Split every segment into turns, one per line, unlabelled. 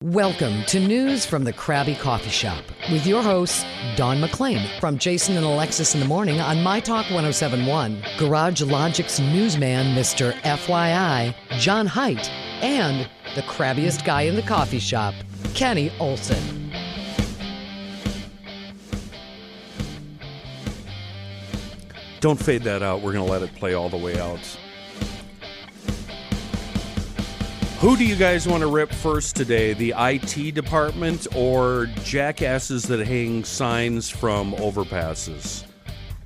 Welcome to News from the Krabby Coffee Shop with your hosts, Don McLean from Jason and Alexis in the Morning on My Talk 1071, Garage Logic's newsman, Mr. FYI, John Height, and the crabbiest guy in the coffee shop, Kenny Olson.
Don't fade that out. We're going to let it play all the way out. Who do you guys want to rip first today? The IT department or jackasses that hang signs from overpasses?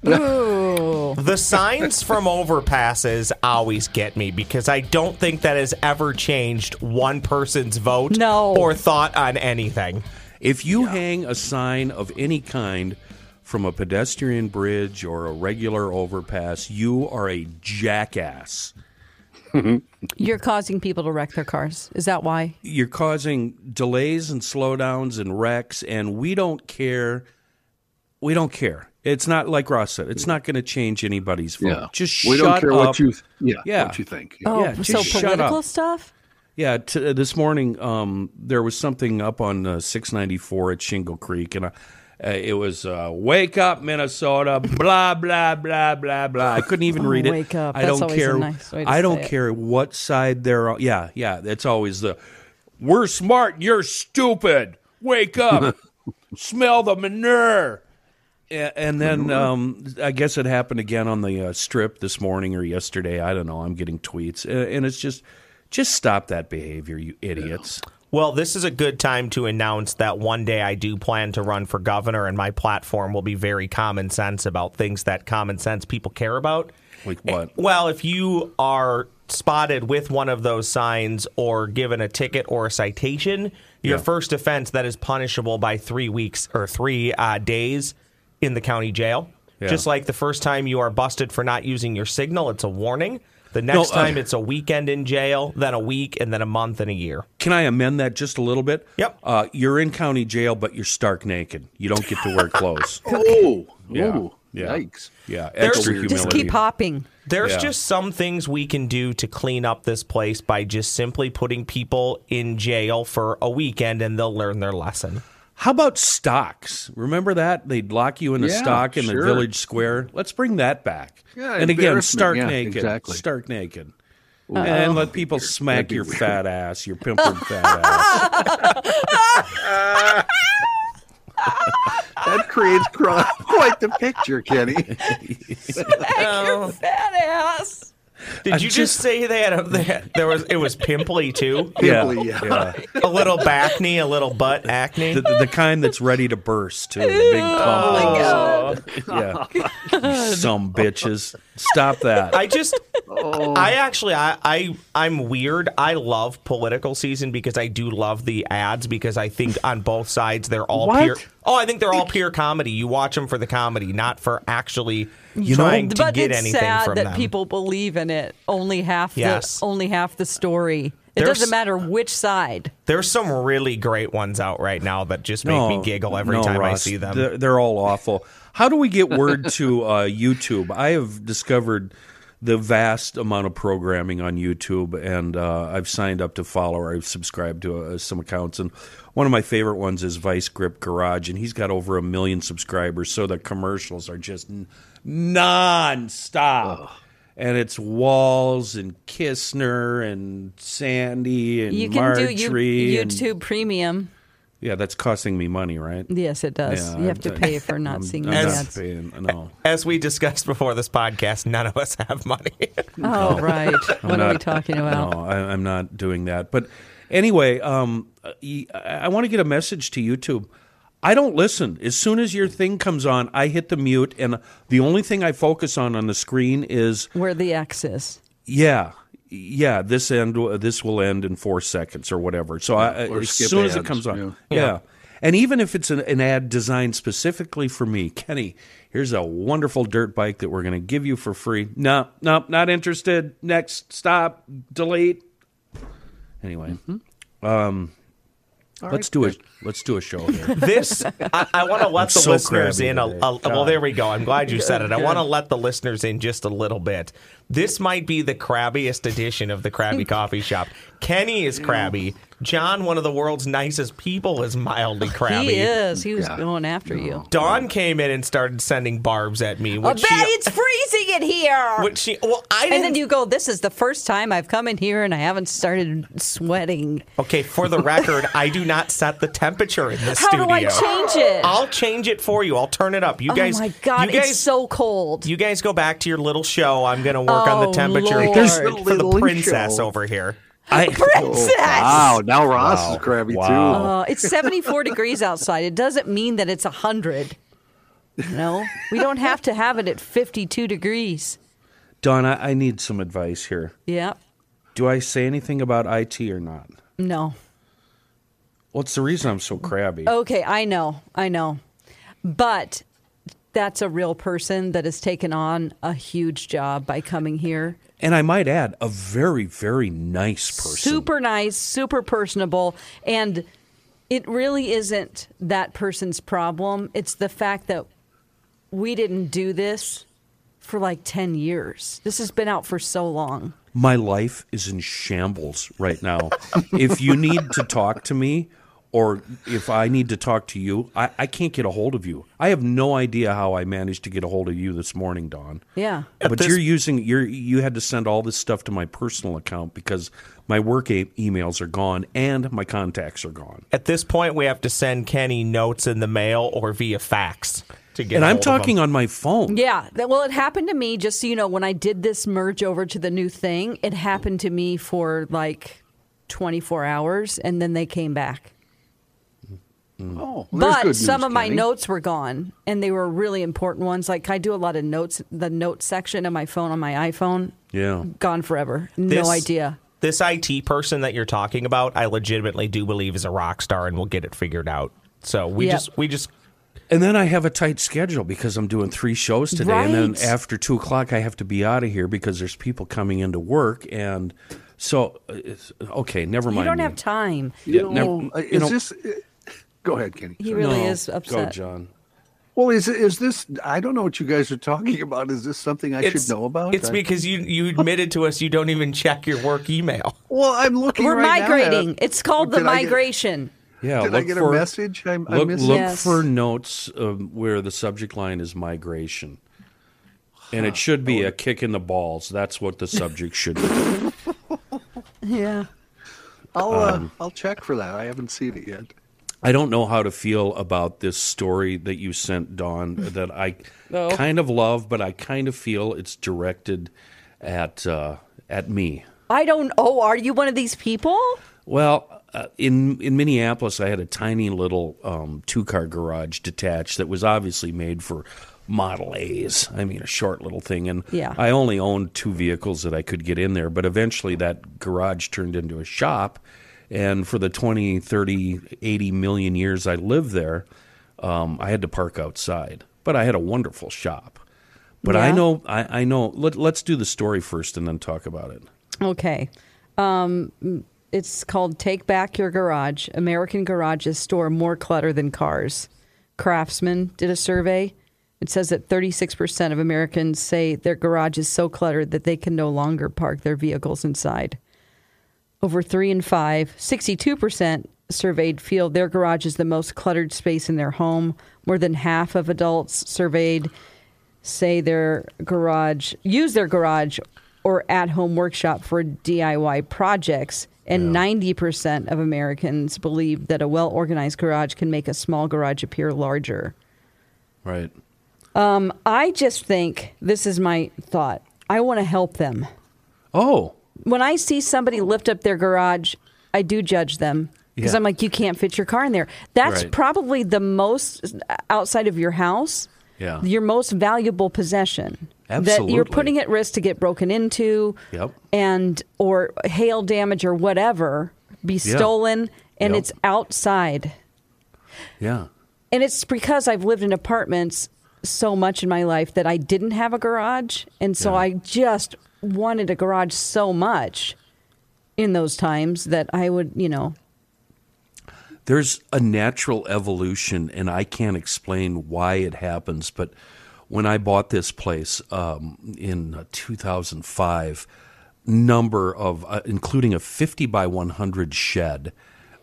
Ooh.
The signs from overpasses always get me because I don't think that has ever changed one person's vote
No.
or thought on anything.
If you hang a sign of any kind from a pedestrian bridge or a regular overpass, you are a jackass.
You're causing people to wreck their cars. Is that why?
You're causing delays and slowdowns and wrecks, and we don't care. We don't care. It's not like Ross said. It's not going to change anybody's vote.
Yeah.
Just
we
shut
don't care
up.
what you th- yeah,
Yeah.
what you think.
Oh,
Yeah,
so
just shut
political
up.
stuff?
Yeah, t- uh, this morning um, there was something up on uh, 694 at Shingle Creek, and I, uh, it was uh, "Wake up, Minnesota!" Blah blah blah blah blah. I couldn't even read it.
wake up.
I
That's
don't
always a
care.
nice way to
I don't
say it.
care what side they're on. Yeah, yeah. That's always the "We're smart, you're stupid." Wake up, smell the manure. A- And then um, I guess it happened again on the uh, strip this morning or yesterday. I don't know. I'm getting tweets, A- and it's just, just stop that behavior, you idiots.
Well, this is a good time to announce that one day I do plan to run for governor, and my platform will be very common sense about things that common sense people care about.
Like what?
Well, if you are spotted with one of those signs or given a ticket or a citation, your first offense that is punishable by three weeks or three uh, days in the county jail.
Yeah.
Just like the first time you are busted for not using your signal, it's a warning. The next
uh,
time, it's a weekend in jail, then a week, and then a month and a year.
Can I amend that just a little bit?
Yep.
Uh, you're in county jail, but you're stark naked. You don't get to wear clothes.
Oh,
Yeah.
oh,
Yeah.
yikes.
yeah, extra
There's-
Just
humility.
Just keep hopping.
There's
Yeah.
just some things we can do to clean up this place by just simply putting people in jail for a weekend and they'll learn their lesson.
How about stocks? Remember that they'd lock you in a
Yeah,
stock in the
sure.
village square. Let's bring that back.
Yeah,
and again,
embarrassment.
stark
Yeah,
naked,
exactly.
stark naked, and let people smack your fat ass, your pimpled fat ass.
That creates cr- quite the picture, Kenny.
Fat ass.
Did you just,
just-
say they had a they had- there was it was pimply too? Uh,
Pimply, yeah.
A little back knee, a little butt acne.
The, the, the kind that's ready to burst too. The big
Oh
pump. yeah. Some bitches. Stop that.
I just
Oh.
I actually I, I I'm weird. I love political season because I do love the ads because I think on both sides they're all
What?
pure. Oh, I think they're all pure comedy. You watch them for the comedy, not for actually
know-
trying to
But
get
it's
anything
sad
from
that
them.
people believe in it. Only half
Yes.
the only half the story. It
There's-
doesn't matter which side.
There's some really great ones out right now that just make me giggle every
Oh, no,
time I
Ross,
see them.
They're, they're all awful. How do we get word to uh, YouTube? I have discovered the vast amount of programming on YouTube, and uh, I've signed up to follow or I've subscribed to uh, some accounts. And one of my favorite ones is Vice Grip Garage, and he's got over a million subscribers, so the commercials are just n- non-stop. and it's Walls and Kistner and Sandy and
You can
Marjorie.
do you,
and-
YouTube Premium.
yeah, that's costing me money, right?
Yes, it does.
Yeah,
you have to
I'm-
pay for not
I'm-
seeing
I'm
the
not
ads.
paying- no.
As we discussed before this podcast, none of us have money.
Oh, right.
I'm
what are we
not-
talking about?
No, I, I'm not doing that. But anyway, um, I, I want to get a message to YouTube. I don't listen. As soon as your thing comes on, I hit the mute, and the only thing I focus on on the screen is
Where the X is.
yeah, yeah. This end. This will end in four seconds or whatever. So I,
Or
as
skip
soon as it
ads,
comes on,
yeah.
yeah. And even if it's an, an ad designed specifically for me, Kenny, here's a wonderful dirt bike that we're going to give you for free. No, no, not interested. Next, stop, delete. Anyway, um,
Mm-hmm.
let's do it. Let's do a show here.
this I, I want to let the
so
listeners
crabby
in. A,
today.
a- well, there we go. I'm glad you said it. I want to let the listeners in just a little bit. This might be the crabbiest edition of the Krabby Coffee Shop. Kenny is crabby. John, one of the world's nicest people, is mildly crabby.
He is. He was
Yeah.
going after you.
Dawn came in and started sending barbs at me.
I
Which
bet
she,
it's freezing in here.
which she, well, I didn't.
and then you go, This is the first time I've come in here and I haven't started sweating.
okay, for the record, I do not set the temperature in this
How
studio.
do I change it?
I'll change it for you. I'll turn it up. You guys,
oh my God,
you guys,
it's so cold.
You guys go back to your little show. I'm going to work on the
Oh,
temperature
Lord.
for
There's
the
the
little
princess
show.
over here.
I,
Oh, wow. Now Ross is crabby Uh-huh.
Wow.
Uh, it's 74 degrees outside. It doesn't mean that it's 100. No, we don't have to have it at 52 degrees.
Don, I, I need some advice here.
Yeah.
Do I say anything about IT or not?
No.
What's the reason I'm so crabby?
Okay, I know, I know. But that's a real person that has taken on a huge job by coming here.
And I might add, a very, very nice person.
Super nice, super personable, and it really isn't that person's problem. It's the fact that we didn't do this for like 10 years. This has been out for so long.
My life is in shambles right now. if you need to talk to me, or if I need to talk to you, I, I can't get a hold of you. I have no idea how I managed to get a hold of you this morning, Don.
Yeah.
But you're using you're you had to send all this stuff to my personal account because my work e- emails are gone and my contacts are gone.
At this point, we have to send Kenny notes in the mail or via fax to get.
And I'm
hold of him.
talking on my phone.
Yeah. That, well, it happened to me, just so you know, when I did this merge over to the new thing, it happened to me for like 24 hours and then they came back.
Oh, well, there's
but
good news,
some of my
Kenny.
notes were gone and they were really important ones. Like I do a lot of notes, the note section of my phone on my iPhone,
Yeah.
gone forever.
This-
no idea.
This IT person that you're talking about, I legitimately do believe is a rock star, and we'll get it figured out. So we
Yep.
just we just
And then I have a tight schedule because I'm doing three shows today, and then
Right.
after two o'clock I have to be out of here because there's people coming into work, and so uh, it's- okay, never
You
mind.
don't
me.
have time.
Yeah,
You
never-
know,
you
uh, is
know-
this? Go ahead, Kenny.
He really
No,
is
Go,
upset.
John.
Well, is is this? I don't know what you guys are talking about. Is this something I
it's-
should know about?
It's
I-
because you you admitted to us you don't even check your work email.
well, I'm looking.
We're
right now at-
migrating. it's called the
Did I get-
migration.
Yeah,
Did I
look
get a
for-
message? I'm- I
look
missed
look
Yes.
for notes um, where the subject line is migration, and it should
Oh.
be a kick in the balls. That's what the subject should be.
Yeah.
I'll uh,
um,
I'll check for that. I haven't seen it yet.
I don't know how to feel about this story that you sent, Dawn, that I kind of love, but I kind of feel it's directed at uh, at me.
I don't. Oh, are you one of these people?
Well, uh, in in Minneapolis, I had a tiny little um, two car garage detached that was obviously made for Model A's. I mean, a short little thing, and
Yeah.
I only owned two vehicles that I could get in there. But eventually, that garage turned into a shop, and for the 20, 30, 80 million years I lived there, um, I had to park outside. But I had a wonderful shop. But I
Yeah.
know, I, I know. Let, let's do the story first, and then talk about it.
Okay. Um, it's called Take Back Your Garage. American garages store more clutter than cars. Craftsman did a survey. It says that 36% of Americans say their garage is so cluttered that they can no longer park their vehicles inside. Over three and five, 62% surveyed feel their garage is the most cluttered space in their home. More than half of adults surveyed say their garage, use their garage or at home workshop for DIY projects. And 90% of Americans believe that a well organized garage can make a small garage appear larger.
Right.
I just think this is my thought. I want to help them.
Oh,
When I see somebody lift up their garage, I do judge them because
Yeah.
I'm like, you can't fit your car in there. That's
Right.
probably the most outside of your house.
Yeah.
Your most valuable possession that you're
Absolutely.
putting at risk to get broken into,
Yep.
and or hail damage or whatever, be
Yeah.
stolen, and
Yep.
it's outside.
yeah.
And it's because I've lived in apartments so much in my life that I didn't have a garage. And so
Yeah.
I just wanted a garage so much in those times that I would, you know,
there's a natural evolution, and I can't explain why it happens. But when I bought this place um, in 2005, number of, uh, including a 50 by 100 shed,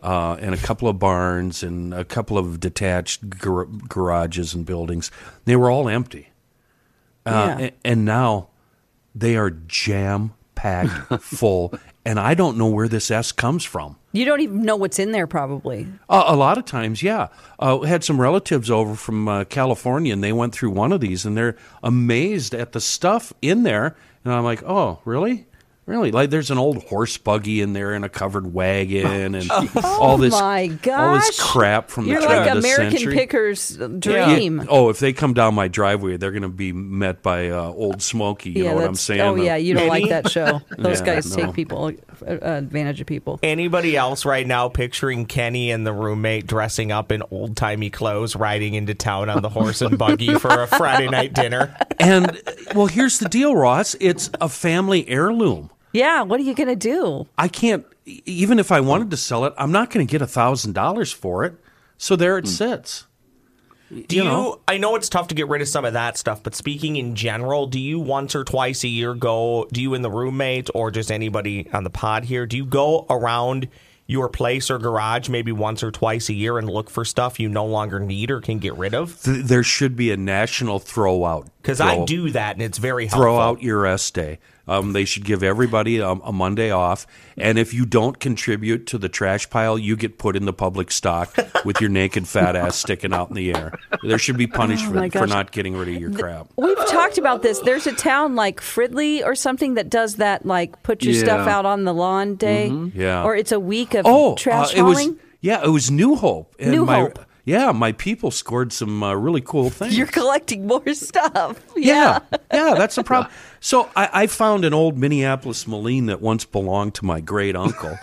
uh, and a couple of barns and a couple of detached gar- garages and buildings, they were all empty. Uh,
Yeah.
a- and now they are jam packed full. And I don't know where this S comes from.
you don't even know what's in there probably.
Uh, a lot of times, yeah. Uh, had some relatives over from uh, California, and they went through one of these, and they're amazed at the stuff in there. And I'm like, oh, really? Really? Like, there's an old horse buggy in there, and a covered wagon, and all this,
Oh My gosh.
all this crap from
You're
the turn
like
of the
American
century.
Pickers
Yeah.
dream.
Oh, if they come down my driveway, they're going to be met by uh, old Smoky. You know what I'm
that's-
saying?
Oh, yeah.
Uh,
You don't like
Maybe.
that show. Those
Yeah,
guys
no.
take people, uh, advantage of people.
Anybody else right now picturing Kenny and the roommate dressing up in old timey clothes, riding into town on the horse and buggy for a Friday night dinner?
and well, here's the deal, Ross. It's a family heirloom.
Yeah. What are you going to do?
I can't e- even if I wanted to sell it, I'm not going to get a thousand dollars for it. So there
Hmm.
it sits.
Do you, I know it's tough to get rid of some of that stuff, but speaking in general, do you once or twice a year go? Do you and the roommate or just anybody on the pod here? Do you go around your place or garage maybe once or twice a year and look for stuff you no longer need or can get rid of?
Th- there should be a national throw out
Because I do that and it's very helpful.
throw out your S day. Um, they should give everybody um, a Monday off, and if you don't contribute to the trash pile, you get put in the public stock with your naked fat ass sticking out in the air. There should be
Oh my
punishment for
gosh.
not getting rid of your crap.
We've talked about this. There's a town like Fridley or something that does that, like put your stuff
Yeah.
out on the lawn day.
Mm-hmm. Yeah.
Or it's a week of
Oh,
trash
uh, it was
hauling.
yeah, it was New Hope. And
New
my,
Hope.
Yeah, my people scored some uh, really cool things.
You're collecting more stuff.
Yeah, yeah, that's the problem. So I, I found an old Minneapolis Moline that once belonged to my great uncle,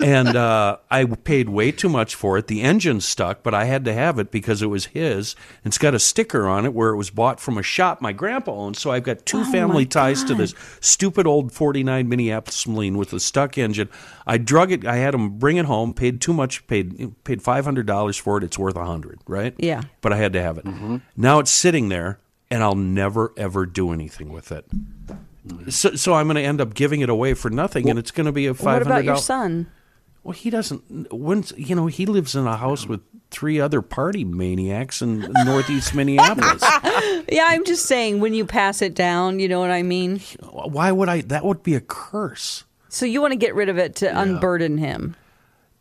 and uh, I paid way too much for it. The engine stuck, but I had to have it because it was his. It's got a sticker on it where it was bought from a shop my grandpa owned. So I've got two family ties to this stupid old '49 Minneapolis Moline with a stuck engine. I drug it. I had him bring it home. Paid too much. Paid paid five hundred dollars for it. It's worth a hundred, right?
Yeah.
But I had to have it.
Mm-hmm.
Now it's sitting there, and I'll never ever do anything with it. So, so I'm going to end up giving it away for nothing, and it's going to be a
What
five hundred.
about your son?
Well, he doesn't. When's you know he lives in a house with three other party maniacs in northeast Minneapolis.
Yeah, I'm just saying when you pass it down, you know what I mean?
Why would I? That would be a curse.
So you want to get rid of it to unburden him.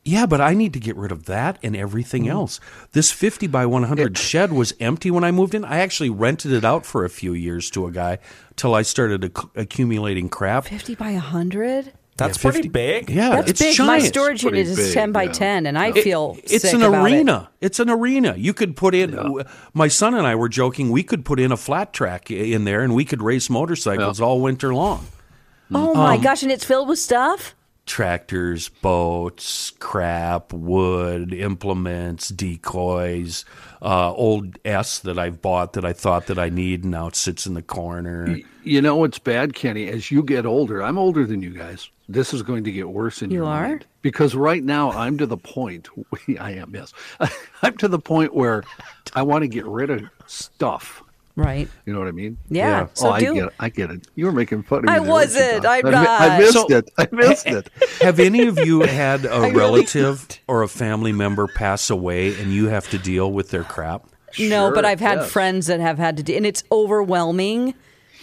Yeah, but I need to get rid of that and everything
Mm-hmm.
else. This 50 by 100 shed was empty when I moved in. I actually rented it out for a few years to a guy till I started acc accumulating crap.
50 by 100?
That's
Yeah,
pretty
50
big.
Yeah,
That's
it's
big.
Giant.
My storage unit
pretty
is
big,
10 by
yeah.
10, and I
It-
feel
it's
sick
an
about it.
arena. It's an arena. You could put in. w- My son and I were joking. We could put in a flat track i- in there, and we could race motorcycles all winter long. Um,
Oh my gosh, and it's filled with stuff?
Tractors, boats, crap, wood, implements, decoys, uh, old S that I've bought that I thought that I need, and now it sits in the corner.
You know what's bad, Kenny? As you get older, I'm older than you guys. This is going to get worse in
You
your
are?
mind. because right now I'm to the point. I am yes. I'm to the point where I want to get rid of stuff.
Right.
You know what I mean?
Yeah, Yeah. so
oh,
do-
I get it. I get it. You were making fun of me.
I
there, weren't you,
wasn't.
Doc?
I'm
I mi-
not.
I missed
So-
it. I missed it.
Have any of you had a relative or a family member pass away, and you have to deal with their crap?
no, but
Sure,
I've had
yes.
friends that have had to do, and it's overwhelming.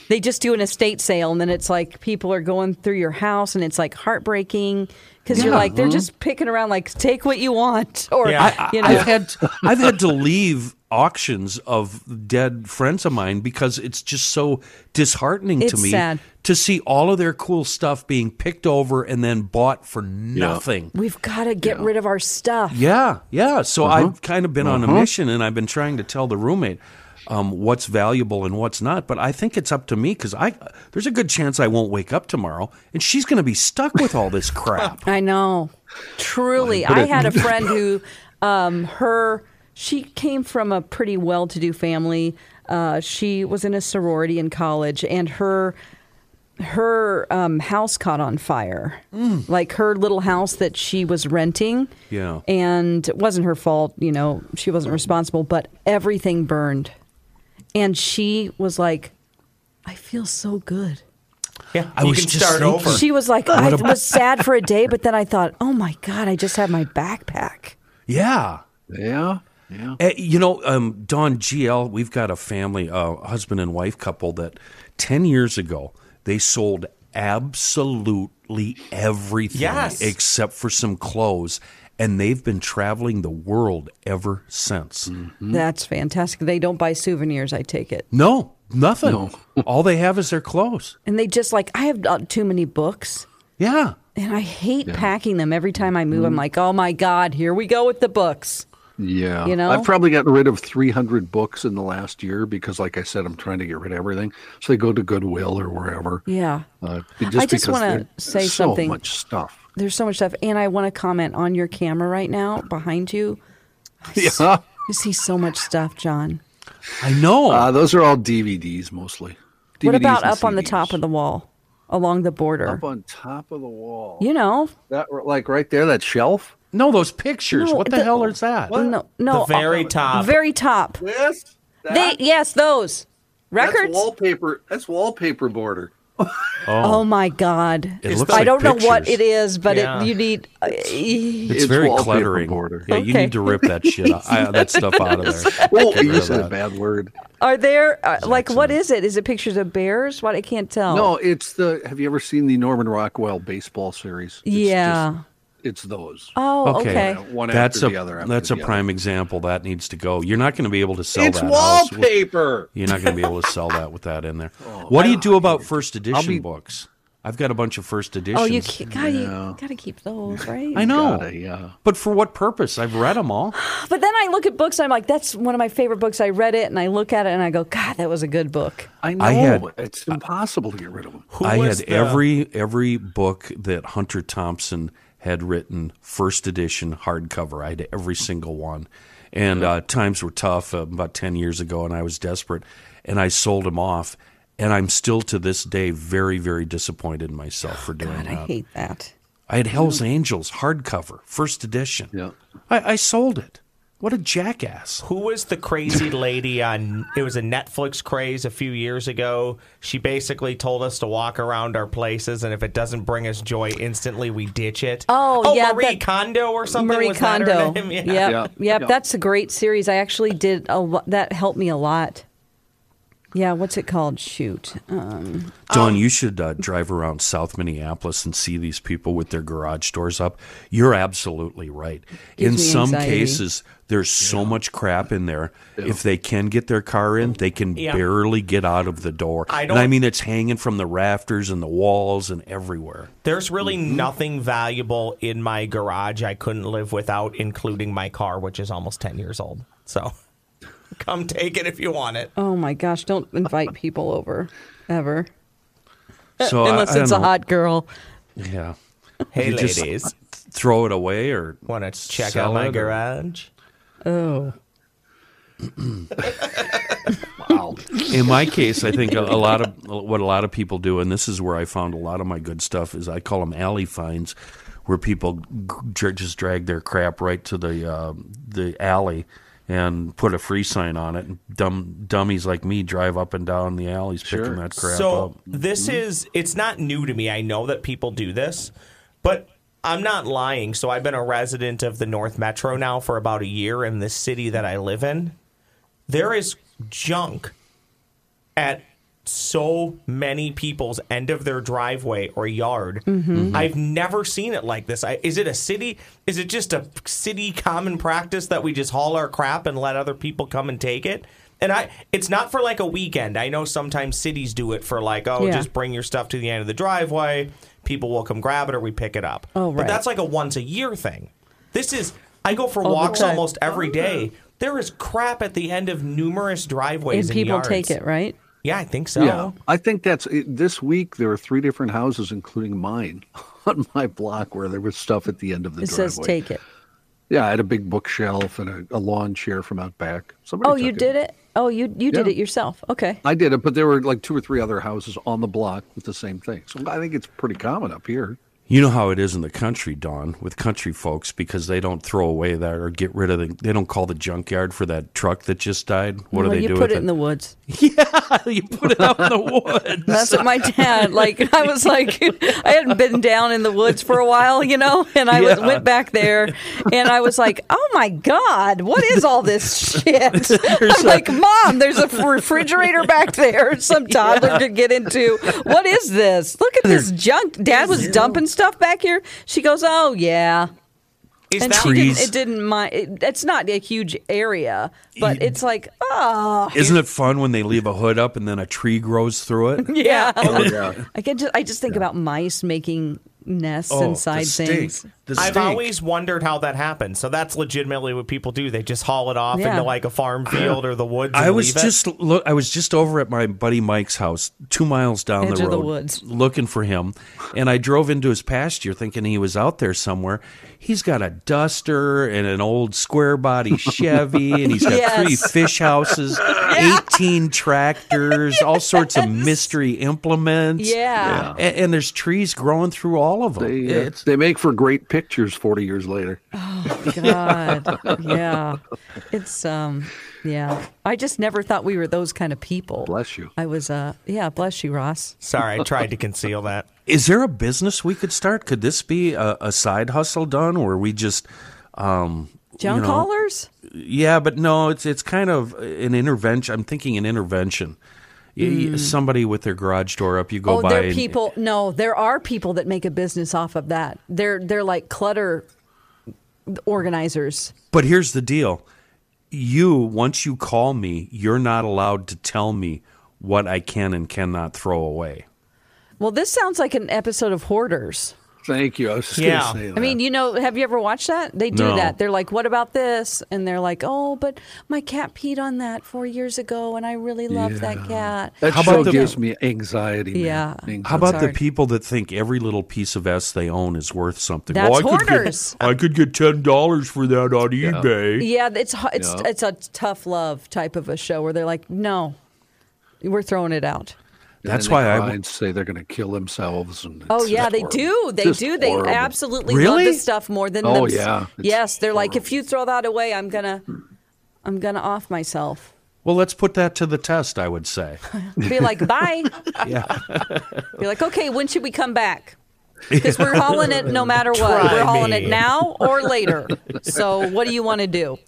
They just do an estate sale, and then it's like people are going through your house, and it's like heartbreaking because you're
Yeah.
like they're just picking around, like take what you want, or
Yeah. I-
you know,
I've had I've had to leave auctions of dead friends of mine because it's just so disheartening to
It's
me
sad.
to see all of their cool stuff being picked over and then bought for nothing.
we've got to get rid of our stuff.
Yeah, yeah. So I've kind of been on a mission, and I've been trying to tell the roommate um, what's valuable and what's not. But I think it's up to me because I there's a good chance I won't wake up tomorrow, and she's going to be stuck with all this crap.
I know. Truly.
But
I
it-
had a friend who, um, her, she came from a pretty well to do family. Uh, she was in a sorority in college, and her, her um, house caught on fire. Like her little house that she was renting.
Yeah.
And it wasn't her fault, you know, she wasn't responsible, but everything burned. And she was like, I feel so good.
Yeah,
I
you
was
can
just
start
thinking-
over.
She was like, I was sad for a day, but then I thought, oh my God, I just have my backpack.
yeah.
Yeah. Yeah.
Uh, you know, um, Don GL, we've got a family, uh, husband and wife couple that 10 years ago, they sold absolutely everything
Yes.
except for some clothes. And they've been traveling the world ever since.
That's fantastic. They don't buy souvenirs, I take it.
No, nothing. All they have is their clothes.
And they just like, I have uh, too many books.
Yeah.
And I hate packing them. Every time I move, I'm like, oh my God, here we go with the books.
Yeah.
You know?
I've probably gotten rid of 300 books in the last year because, like I said, I'm trying to get rid of everything. So they go to Goodwill or wherever.
Yeah.
Uh, just
I just
because
wanna
there's
say
so
something.
much stuff.
There's so much stuff. And I want to comment on your camera right now behind you.
Yeah.
You see so much stuff, John.
I know.
Uh, those are all DVDs mostly. DVDs
what about
and
up on the
CDs.
top of the wall along the border?
Up on top of the wall.
You know,
That like right there, that shelf.
no, those pictures.
No,
what the,
the-
hell is that?
no, no, uh,
The very top.
very top.
Yes.
They yes, those records.
That's wallpaper. That's wallpaper border.
oh my god!
It looks
I
like
don't know what
pictures.
it is, but
Yeah.
it, you need. uh, I
It's,
It's
very
wallpaper
cluttering.
border.
Yeah, you
Okay.
need to rip that shit out, uh, that stuff out of there.
Oh,
Get rid
you
of
said a
that.
bad word.
are there uh, like what is it? Is it pictures of bears? What I can't tell.
No, it's the. Have you ever seen the Norman Rockwell baseball series? It's
Yeah.
just- it's those.
Oh, okay.
Okay.
One
that's
after
a
the other after
that's
the
a
other.
prime example that needs to go. You're not going to be able to sell
It's
that. house.
wallpaper.
You're not going to be able to sell that with that in there.
Oh,
what do you do about first edition
be-
books? I've got a bunch of first editions.
Oh, you ca- God, you gotta keep those, right?
I know,
Gotta, yeah.
but for what purpose? I've read them all.
But then I look at books and I'm like, that's one of my favorite books. I read it and I look at it and I go, God, that was a good book.
I know.
had-
it's impossible to get rid of them.
Who
I had
was the-
every every book that Hunter Thompson had written, first edition hardcover. I had every single one, and uh, times were tough uh, about ten years ago, and I was desperate, and I sold them off, and I'm still to this day very very disappointed in myself for doing
God,
that.
I hate that.
I had Hell's Angels hardcover, first edition.
Yeah.
I, I sold it. What a jackass!
Who was the crazy lady on? It was a Netflix craze a few years ago. She basically told us to walk around our places, and if it doesn't bring us joy instantly, we ditch it.
Oh, yeah,
Marie
that-
Kondo or something.
Marie
was that her
Kondo.
name?
Yep,
Yeah.
yep,
Yeah.
That's a great series. I actually did a lo- that helped me a lot. Yeah, what's it called? Shoot. Um,
Don, you should uh, drive around South Minneapolis and see these people with their garage doors up. You're absolutely right.
Gives
in
me
some
anxiety.
cases, there's so much crap in there. If they can get their car in, they can
Yeah.
barely get out of the door.
I
and I
don't-
mean, it's hanging from the rafters and the walls and everywhere.
There's really
Mm-hmm.
nothing valuable in my garage I couldn't live without, including my car, which is almost 10 years old. So come take it if you want it.
oh my gosh, don't invite people over ever.
So I-
Unless
I
it's
don't
a
know.
hot girl.
yeah.
Hey,
You just-
ladies,
Throw it away or
want to check
sell
out my
it or-
garage?
Oh.
Wow.
in my case, I think a, a lot of what a lot of people do, and this is where I found a lot of my good stuff, is I call them alley finds, where people g- just drag their crap right to the uh, the alley and put a free sign on it, and dumb dummies like me drive up and down the alleys picking that crap
so
up. Mm-hmm.
this is it's not new to me i know that people do this but i'm not lying so i've been a resident of the north metro now for about a year in the city that i live in There is junk at so many people's end of their driveway or yard.
Mm-hmm.
I've never seen it like this. I, is it a city? Is it just a city common practice that we just haul our crap and let other people come and take it? And I, it's not for like a weekend. I know sometimes cities do it for like, oh,
Yeah.
just bring your stuff to the end of the driveway. People will come grab it or we pick it up.
Oh,
But
right.
that's like a once a year thing. This is, I go for
the
walks
time. Oh.
almost every day. There is crap at the end of numerous driveways
and people
yards.
take it, right?
Yeah, I think so.
Yeah, I think that's it, this week. There are three different houses, including mine, on my block where there was stuff at the end of the
It
driveway.
says take it.
Yeah, I had a big bookshelf and a, a lawn chair from out back. Somebody
Oh,
took
you did it? Oh, you you did
Yeah.
it yourself. Okay.
I did it, but there were like two or three other houses on the block with the same thing. So I think it's pretty common up here.
You know how it is in the country, Don, with country folks because they don't throw away that or get rid of the. They don't call the junkyard for that truck that just died. What do
well,
they
you
do
put
with
it in the woods.
you put it out in the woods.
That's what my dad like. I was like, I hadn't been down in the woods for a while, you know, and I was, went back there, and I was like, "Oh my god, what is all this shit?" I'm like, "Mom, there's a refrigerator back there. Some toddler could get into. What is this? Look at this junk. Dad was dumping stuff back here." She goes, "Oh yeah."
Is
And
that
she didn't,
Trees.
it didn't mind. It, it's not a huge area, but it's like, oh,
Isn't it fun when they leave a hood up and then a tree grows through it?
yeah.
Oh,
Yeah.
I can just I just think about mice making nests
Oh,
inside
the stink.
things.
The
I've
stink.
always wondered how that happens. So that's legitimately what people do. They just haul it off
Yeah.
into like a farm field or the woods.
I
and
was
leave it.
just look. I was just over at my buddy Mike's house, two miles down
Edge
the road,
of the woods.
looking for him. And I drove into his pasture, thinking he was out there somewhere. He's got a duster and an old square body Chevy, and he's got
Yes.
three fish houses, eighteen tractors, all sorts of mystery implements.
Yeah.
A- and, there's trees growing through all of them.
They, uh,
It's-
they make for great pictures 40 years later.
God. yeah. It's um yeah. I just never thought we were those kind of people.
Bless you.
I was uh yeah, bless you, Ross.
sorry. I tried to conceal that.
Is there a business we could start? Could this be a, a side hustle done where we just um
Junk
you know-
haulers?
Yeah, but no, it's it's kind of an intervention. I'm thinking an intervention. Y- y- Somebody with their garage door up, you go
Hmm. Oh,
by.
there are
and-
people no, there are people that make a business off of that. They're they're like clutter organizers.
but here's the deal: you once you call me, you're not allowed to tell me what I can and cannot throw away.
Well, this sounds like an episode of Hoarders.
Thank you. I was just
Yeah.
going to say that.
I mean, you know, have you ever watched that? They do
No.
that. They're like, "What about this?" And they're like, "Oh, but my cat peed on that four years ago, and I really loved that cat."
that
How
show
about the-
gives me anxiety. man.
Yeah.
Anxiety.
How about the
hard.
people that think every little piece of S they own is worth something?
That's
well, I
hoarders.
Could get, I could get ten dollars for that on eBay.
Yeah, it's hu- it's
Yeah.
it's a tough love type of a show where they're like, "No, we're throwing it out."
And
That's
then
why
they
I
cry
w-
and say they're going to kill themselves. And
Oh
it's
yeah,
just
they
horrible.
do. They
Just
do. They
horrible.
absolutely love
Really?
this stuff more than
Oh,
thems-
yeah. It's
Yes, they're like, "If you throw that away, I'm gonna I'm gonna off myself."
Well, let's put that to the test. I would say.
Be like, "Bye."
yeah.
Be like, "Okay, when should we come back?" Because we're hauling it no matter what.
Try
we're hauling
me.
it now or later. So what do you want to do?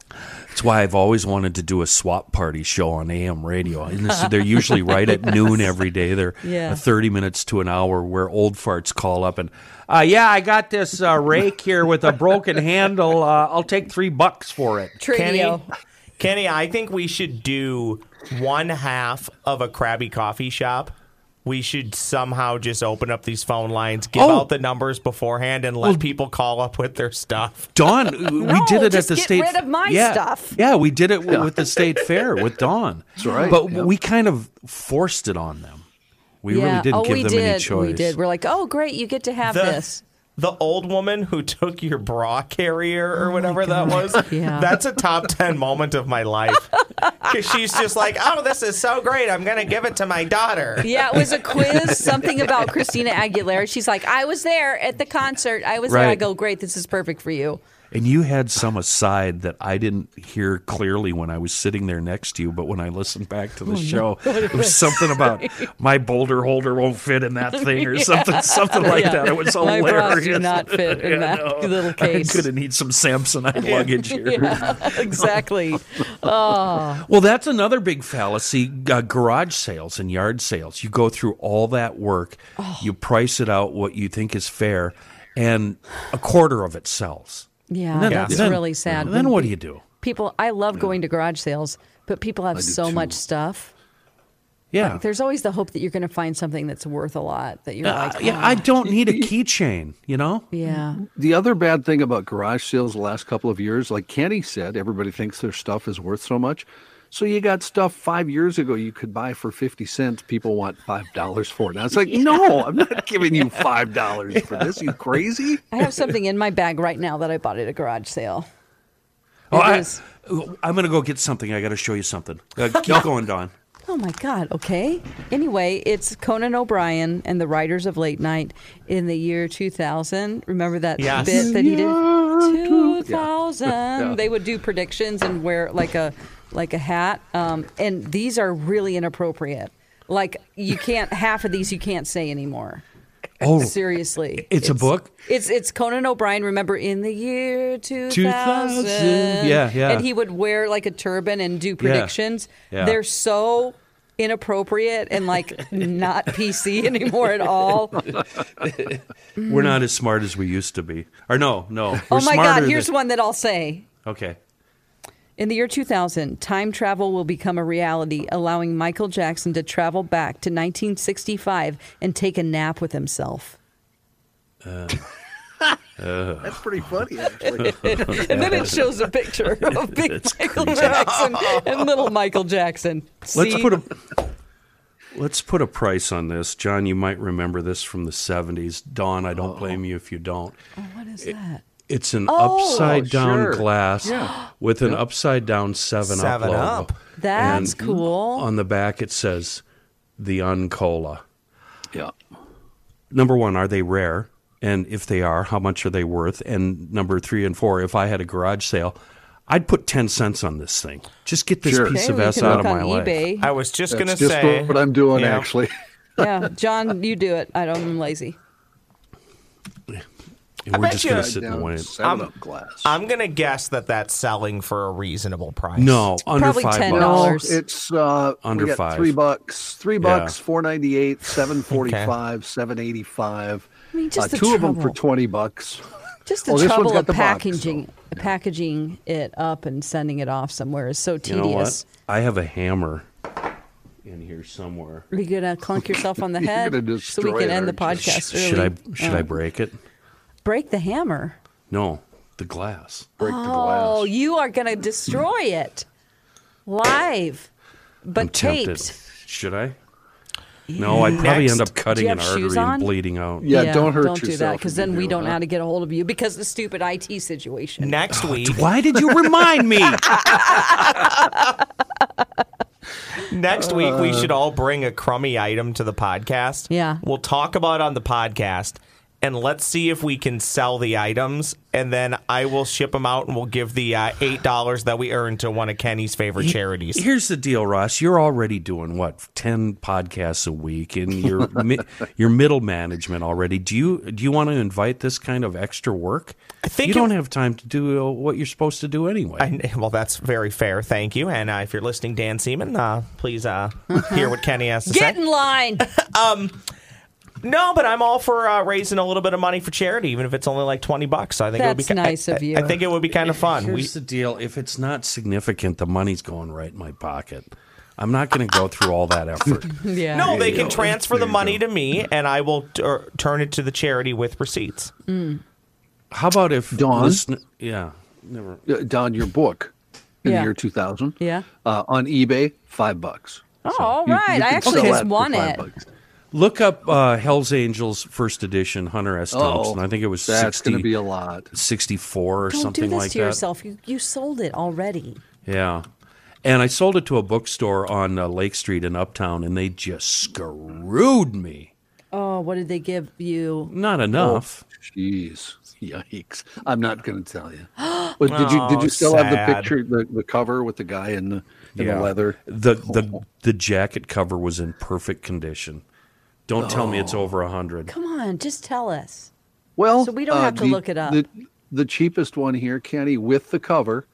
That's why I've always wanted to do a swap party show on AM radio. And this, they're usually right at noon every day. They're
Yeah.
uh, 30 minutes to an hour where old farts call up and, uh, yeah, I got this uh, rake here with a broken handle. Uh, I'll take three bucks for it.
Kenny,
Tridio.
Kenny, I think we should do one half of a Krabby Coffee shop. We should somehow just open up these phone lines, give
Oh.
out the numbers beforehand, and let people call up with their stuff.
Dawn, we did it
just
at the
get
state.
rid of my
yeah,
stuff.
Yeah, we did it with the state fair with Dawn. That's
right,
But
yeah.
we kind of forced it on them. We really didn't
oh,
give
we
them
did.
any choice.
We did. We're like, oh, great, you get to have this.
The old woman who took your bra carrier or whatever that was.
Oh Yeah.
That's a top 10 moment of my life. Because she's just like, oh, this is so great. I'm going to give it to my daughter.
Yeah, it was a quiz, something about Christina Aguilera. She's like, I was there at the concert. I was there. I
Right.
go, great, this is perfect for you.
And you had some aside that I didn't hear clearly when I was sitting there next to you, but when I listened back to
Oh,
the show, it was something about my boulder holder won't fit in that thing or something, something like
Yeah.
that. It was
My
hilarious.
bras do not fit in that little case.
I'm gonna need some Samsonite luggage here.
exactly.
Well, that's another big fallacy. Uh, garage sales and yard sales. You go through all that work,
Oh.
you price it out what you think is fair, and a quarter of it sells.
Yeah,
And then-
that's
then-
really sad.
Then what do you do?
People, I love going to garage sales, but people have so
too.
much stuff.
Yeah,
There's always the hope that you're going to find something that's worth a lot. That you're
Uh,
like,
yeah.
"Oh,
I don't need a keychain. You know.
yeah,
The other bad thing about garage sales the last couple of years, like Kenny said, everybody thinks their stuff is worth so much. So you got stuff five years ago you could buy for fifty cents. People want five dollars for it. Now it's like, no, I'm not giving you five dollars for this. You crazy?
I have something in my bag right now that I bought at a garage sale.
Oh,
It
I,
is.
am gonna go get something. I got to show you something. Uh, keep going, Don.
Oh my God. Okay. Anyway, it's Conan O'Brien and the Writers of Late Night in the year 2000. Remember that
Yes.
bit that he did? 2000. They would do predictions and wear like a like a hat. Um, and these are really inappropriate. Like you can't half of these you can't say anymore.
Oh,
Seriously.
It's a book?
It's it's Conan O'Brien, remember in the year 2000.
2000. Yeah, yeah.
And he would wear like a turban and do predictions.
Yeah.
They're so inappropriate and like not PC anymore at all.
we're not as smart as we used to be. Or no, no. We're
oh my
smarter
god, here's
than-
one that I'll say.
Okay.
In the year 2000, time travel will become a reality, allowing Michael Jackson to travel back to 1965 and take a nap with himself.
That's pretty funny. Actually.
And then it shows a picture of big Michael Jackson and little Michael Jackson.
Let's
See?
put a let's put a price on this, John. You might remember this from the seventies. Don, I
Oh.
don't blame you if you don't.
What is that?
It's an
Oh.
upside down
sure.
glass
Yeah.
with an upside down seven,
Seven
up logo.
Up.
That's
And
cool.
On the back, it says the Uncola.
yeah.
Number one, are they rare? And if they are, how much are they worth? And number three and four, if I had a garage sale, I'd put ten cents on this thing. Just get this
Sure.
piece
Okay,
of
we
S
can
out of
look on
my life.
eBay.
I was just gonna
That's just
say
what I'm doing
Yeah.
actually.
yeah, John, you do it. I don't. I'm lazy.
And
I
we're
bet
just
you-
gonna sit and
Down
wait.
seven up glass.
I'm gonna guess that that's selling for a reasonable price.
No, under
Probably
five
$10.
bucks.
No.
No,
dollars.
it's uh,
Under
we got
five.
Three bucks. Three bucks.
Yeah.
Four ninety eight. Seven forty five. Seven eighty five.
I mean, just
uh,
the
two of them for
trouble.
twenty bucks.
Just the
Oh, this one's
trouble
got
of
the box,
packaging packaging it up and sending it off somewhere is so
You know what?
tedious.
I have a hammer in here somewhere.
Are you gonna clunk yourself on the
You're
head
gonna
so we
destroy
can
it,
end the
aren't
Sh-
podcast?
should I
early?
should I break it?
break the hammer?
No, the glass.
Break the
Oh,
glass.
you are gonna destroy it live, but
I'm tempted.
taped.
Should I? No, I'd probably end up cutting
you
an
have shoes
artery
on?
and bleeding out.
Yeah, don't hurt
don't do that
yourself
because
if you
then we
do,
don't know
huh?
how to get a hold of you because of the stupid IT situation.
Next
Oh,
week,
Why did you remind me?
next week we should all bring a crummy item to the podcast.
Uh. Yeah.
we'll talk about it on the podcast, and let's see if we can sell the items, and then I will ship them out, and we'll give the uh, eight dollars that we earned to one of Kenny's favorite charities.
Here's the deal, Ross. You're already doing what ten podcasts a week, and your mi- your middle management already. Do you do you want to invite this kind of extra work? I
think
you don't
it-
have time to do uh, what you're supposed to do anyway.
I- well, that's very fair. Thank you. And uh, if you're listening, Dan Seaman, uh, please uh,
Uh-huh.
hear what Kenny has to
Get
say.
in line.
No, but I'm all for uh, raising a little bit of money for charity, even if it's only like twenty bucks. I think it would be
That's nice
I,
of you.
I think it would be kind of fun. We,
Here's the deal: if it's not significant, the money's going right in my pocket. I'm not going to go through all that effort.
yeah.
no, they
you
can
go.
transfer the
There you
money
go.
to me, and I will t- er, turn it to the charity with receipts.
How about if
Dawn?
listen- yeah, never.
Uh, Don, your book in
Yeah.
the year two thousand.
Yeah.
Uh, on eBay, five bucks.
Oh, all
You- you
right.
can
I actually
sell
just
that for
won
five
it.
bucks.
Look up uh, Hell's Angels first edition, Hunter S. Thompson.
Uh-oh.
I think it was
That's
60,
going to be a lot.
64 or
Don't
something
do this
like
to
that.
yourself. You you sold it already.
Yeah. And I sold it to a bookstore on uh, Lake Street in Uptown, and they just screwed me.
Oh oh, what did they give you?
Not enough.
Jeez, yikes! I'm not going to tell you. Well, did you did you still have the
sad.
picture, the, the cover with the guy in the, in the leather?
The the the jacket cover was in perfect condition. Don't tell me it's over a hundred.
Come on, just tell us.
Well, uh,
So we don't have to
the-
look it up.
The, the cheapest one here, Kenny, with the cover,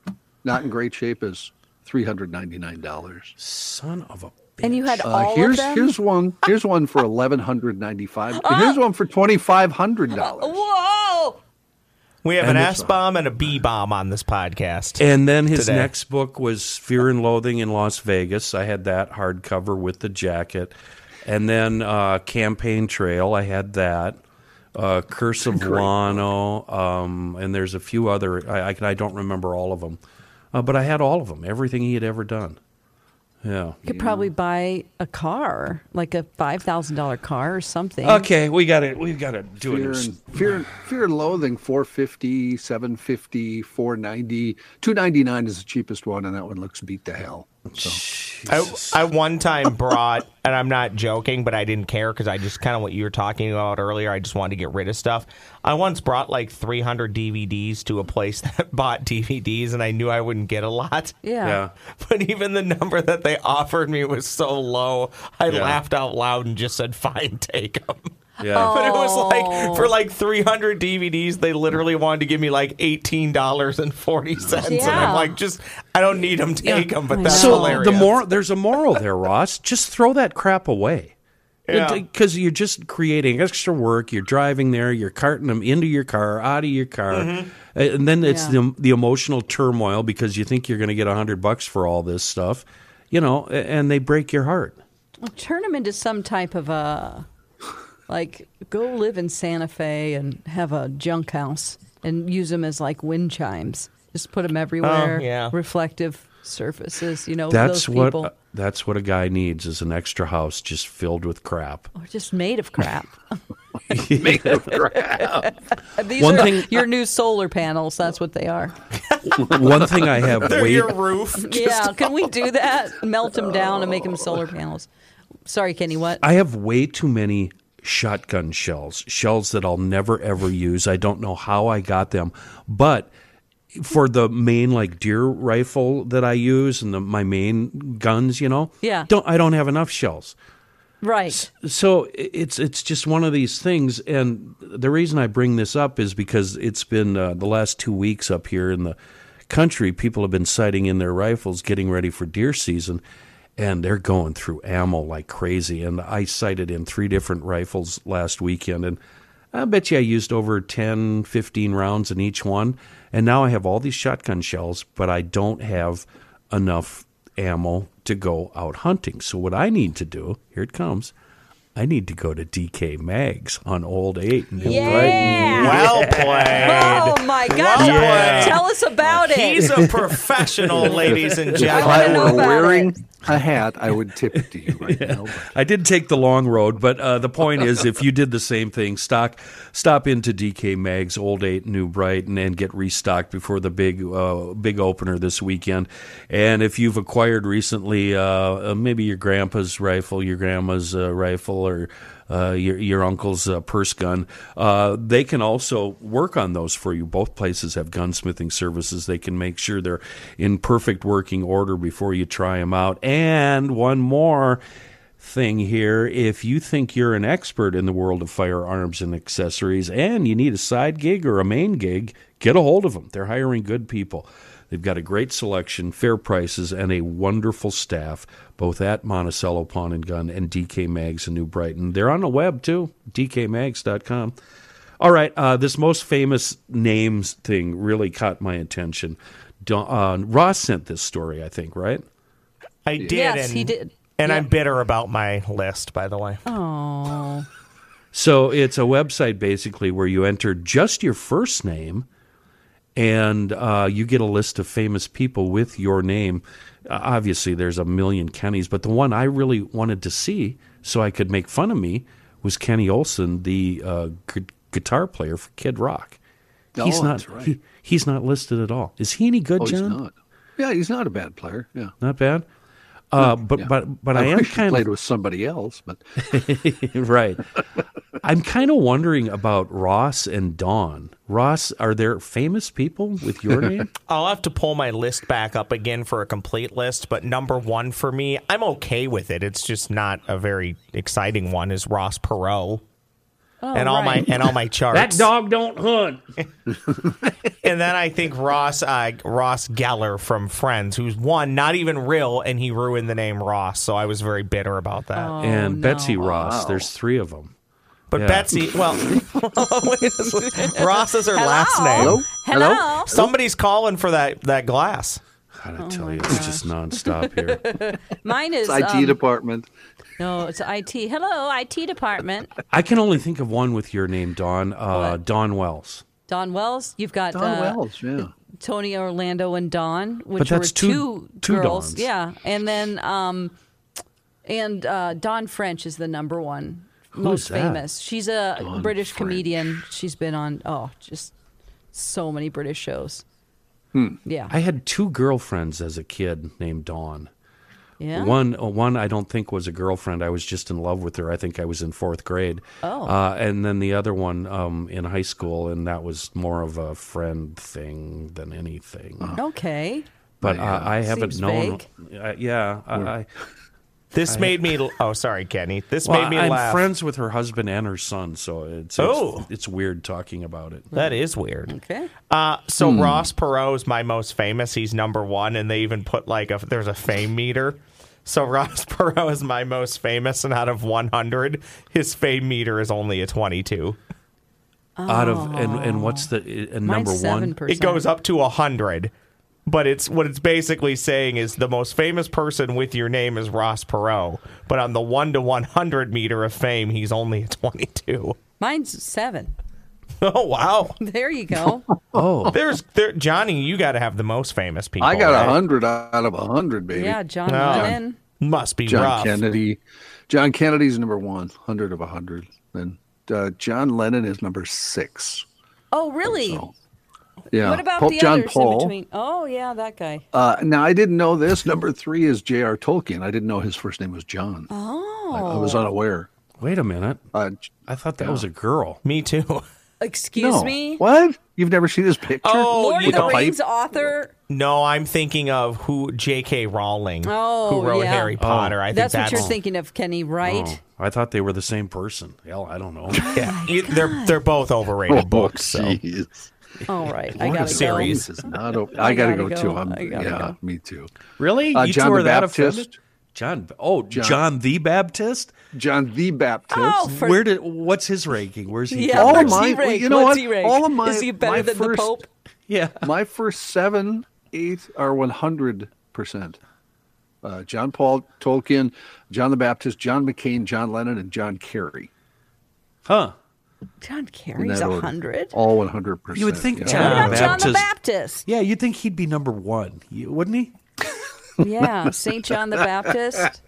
not in great shape, is three hundred ninety nine dollars. Uh,
Son of a bitch.
And you had all
here's
of them. Uh,
here's one here's one for eleven hundred ninety five. Here's one for twenty five hundred dollars.
Whoa!
We have
And
an
it's-
S bomb and a B bomb on this podcast.
And then his
today.
next book was Fear and Loathing in Las Vegas. I had that hardcover with the jacket. And then uh, Campaign Trail, I had that. Uh, Curse of Lano, um, and there's a few other. I, I, can- I don't remember all of them, uh, but I had all of them. Everything he had ever done. Yeah.
You could probably buy a car, like a five thousand dollar car or something.
Okay, we got to we got to do
Fear
it.
and, fear, and- fear and loathing 450 750 490 299 is the cheapest one and that one looks beat to hell so
I, I one time brought, and I'm not joking, but I didn't care because I just kind of what you were talking about earlier. I just wanted to get rid of stuff. I once brought like 300 DVDs to a place that bought DVDs, and I knew I wouldn't get a lot.
Yeah.
Yeah.
But even the number that they offered me was so low, I
Yeah.
laughed out loud and just said, "Fine, take them."
Yeah.
But it was like for like 300 DVDs, they literally wanted to give me like eighteen dollars and forty cents, and
Yeah.
I'm like, just I don't need them, take them. But that's
so
hilarious.
the moral there's a moral there, Ross. Just throw that crap away.
Yeah.
Because you're just creating extra work. You're driving there. You're carting them into your car, out of your car,
Mm-hmm.
and then it's
Yeah.
the the emotional turmoil because you think you're going to get a hundred bucks for all this stuff, you know, a- and they break your heart.
Well, turn them into some type of a, like, go live in Santa Fe and have a junk house and use them as like wind chimes. Just put them everywhere.
yeah.
Reflective surfaces. You know,
That's
those
what uh,
people
that's what a guy needs is an extra house just filled with crap.
are just made of crap. These
One
are
thing-
your new solar panels. That's what they are.
One thing I have
They're
way
your roof.
yeah, can we do that? Melt them down and make them solar panels. Sorry, Kenny. What?
I have way too many shotgun shells, shells that I'll never ever use. I don't know how I got them, but for the main like deer rifle that I use and the, my main guns, you know,
Yeah.
don't I don't have enough shells.
right.
So i- it's it's just one of these things, and the reason I bring this up is because it's been uh, the last two weeks up here in the country. People have been sighting in their rifles, getting ready for deer season, and they're going through ammo like crazy. And I sighted in three different rifles last weekend, and I bet you I used over 10, 15 rounds in each one. And now I have all these shotgun shells, but I don't have enough ammo to go out hunting. So what I need to do, here it comes. I need to go to DK Mags on Old Eight. in New Brighton.
Yeah.
Well played.
Oh my gosh!
Yeah.
Tell us about it.
He's a professional, ladies and
if
wanna
i
gentlemen.
know
were
about
wearing
it.
a hat i would tip it to you right now but
I did take the long road, but uh, the point is, if you did the same thing, stock stop into DK Mags, Old Eight, New Brighton, and get restocked before the big uh, big opener this weekend. And if you've acquired recently, uh, uh, maybe your grandpa's rifle, your grandma's uh, rifle, or uh, your your uncle's uh, purse gun. Uh, they can also work on those for you. Both places have gunsmithing services. They can make sure they're in perfect working order before you try them out. And one more thing here. If you think you're an expert in the world of firearms and accessories and you need a side gig or a main gig, get a hold of them. They're hiring good people. They've got a great selection, fair prices, and a wonderful staff, both at Monticello Pawn and Gun and DK Mags in New Brighton. They're on the web too, dkmags.com. All right, uh, this most famous names thing really caught my attention. Don, uh, Ross sent this story, I think, right?
I did.
Yes,
and,
he did.
And
Yeah.
I'm bitter about my list, by the way.
Oh.
So it's a website basically where you enter just your first name, and uh, you get a list of famous people with your name. Uh, obviously, there's a million Kennys, but the one I really wanted to see, so I could make fun of me, was Kenny Olson, the uh, gu- guitar player for Kid Rock. he's
Oh,
not.
that's right.
he- he's not listed at all. Is he any good,
oh he's
John?
not yeah he's not a bad player yeah
Not bad. Uh, but, but but I am
wish you
kind
played
of
with somebody else, but
right. I'm kind of wondering about Ross and Dawn. Ross, are there famous people with your name?
I'll have to pull my list back up again for a complete list, but number one for me, I'm okay with it. It's just not a very exciting one. Is Ross Perot and all my and all my charts.
Oh, that dog don't hunt.
And then I think Ross uh, Ross Geller from Friends, who's one not even real, and he ruined the name Ross. So I was very bitter about that.
and Betsy Ross. There's three of them.
But
Yeah.
Betsy, well, Ross is her last name.
hello, hello.
Somebody's calling for that that glass.
Gotta tell you, it's just nonstop here.
Mine is
It's IT
um,
department.
no, it's IT. Hello, IT department.
I can only think of one with your name, Don. Uh, Don Wells.
Don Wells. You've got
Don
uh,
Wells, yeah.
Tony Orlando and Don, which
that's
were
two-
two,
two
girls.
Dons.
Yeah, and then um, and uh, Don French is the number one most
that?
famous. She's a
Dawn
British
French.
comedian. She's been on oh just so many British shows.
Hmm.
Yeah,
I had two girlfriends as a kid named Dawn.
yeah.
One, uh, one I don't think was a girlfriend. I was just in love with her. I think I was in fourth grade. Oh. Uh, and then the other one um, in high school, and that was more of a friend thing than anything.
Okay.
But uh, I haven't
Seems
known.
vague.
Uh, yeah, I, I,
This made me. Oh, sorry, Kenny. This
well,
made me
I'm
laugh.
friends with her husband and her son, so it's it's,
Oh.
it's weird talking about it.
That is
Mm.
weird.
Okay.
Uh, so
Hmm.
Ross Perot is my most famous. He's number one, and they even put like a there's a fame meter. So Ross Perot is my most famous, and out of 100, his fame meter is only a 22.
Out of and and what's the uh, number
Oh. Mine's
one?
7%.
It goes up to 100, but it's what it's basically saying is the most famous person with your name is Ross Perot, but on the one to 100 meter of fame, he's only a 22.
Mine's seven.
Oh wow!
There you go.
Oh,
There's there, Johnny. You got to have the most famous people.
I got
right?
a hundred out of a hundred, baby.
yeah, John
No.
Lennon.
Must be
John
rough.
Kennedy. John Kennedy's number one, hundred of a hundred. Then uh, John Lennon is number six.
Oh, really?
So, yeah.
What about
Pope
the
John
others in
Paul.
between? Oh, yeah, that guy.
Uh, now I didn't know this. Number three is J.R. Tolkien. I didn't know his first name was John.
Oh,
I, I was unaware.
wait a minute.
Uh,
I thought that was a girl.
Me too.
excuse
no.
me.
What? You've never seen his picture?
Oh,
Lord
you
of the
don't-
Rings author.
No, I'm thinking of who J.K. Rowling,
Oh,
who wrote
yeah.
Harry Potter. I think
That's
that's,
what you're thinking of, Kenny, right?
Oh, I thought they were the same person. Hell, I don't know.
Yeah, you- they're they're both overrated
Oh,
books. So.
jeez.
All right, I
Lord
gotta
of
go.
Series.
This is not. o- I, gotta,
gotta
go,
go.
too. I'm,
I gotta
yeah,
go.
me too.
Really?
Uh,
you
John
two are
the
that
Baptist.
offended? John. Oh, John, the Baptist.
John the Baptist.
Oh, for,
Where did? What's his ranking? Where's he?
yeah,
from?
All
what's
my-
he
well,
rank?
you know
what's
what?
He rank?
All of my-
Is he better
my
than the
first-
Pope?
yeah.
My first seven, eight are one hundred percent. Uh, John Paul Tolkien, John the Baptist, John McCain, John Lennon, and John Kerry.
Huh?
John
in
Kerry's
that
a
order.
hundred.
All one hundred percent.
You would think
yeah.
John,
What
the
about John the Baptist?
Yeah, you'd think he'd be number one, you- wouldn't he?
Yeah, Saint John the Baptist.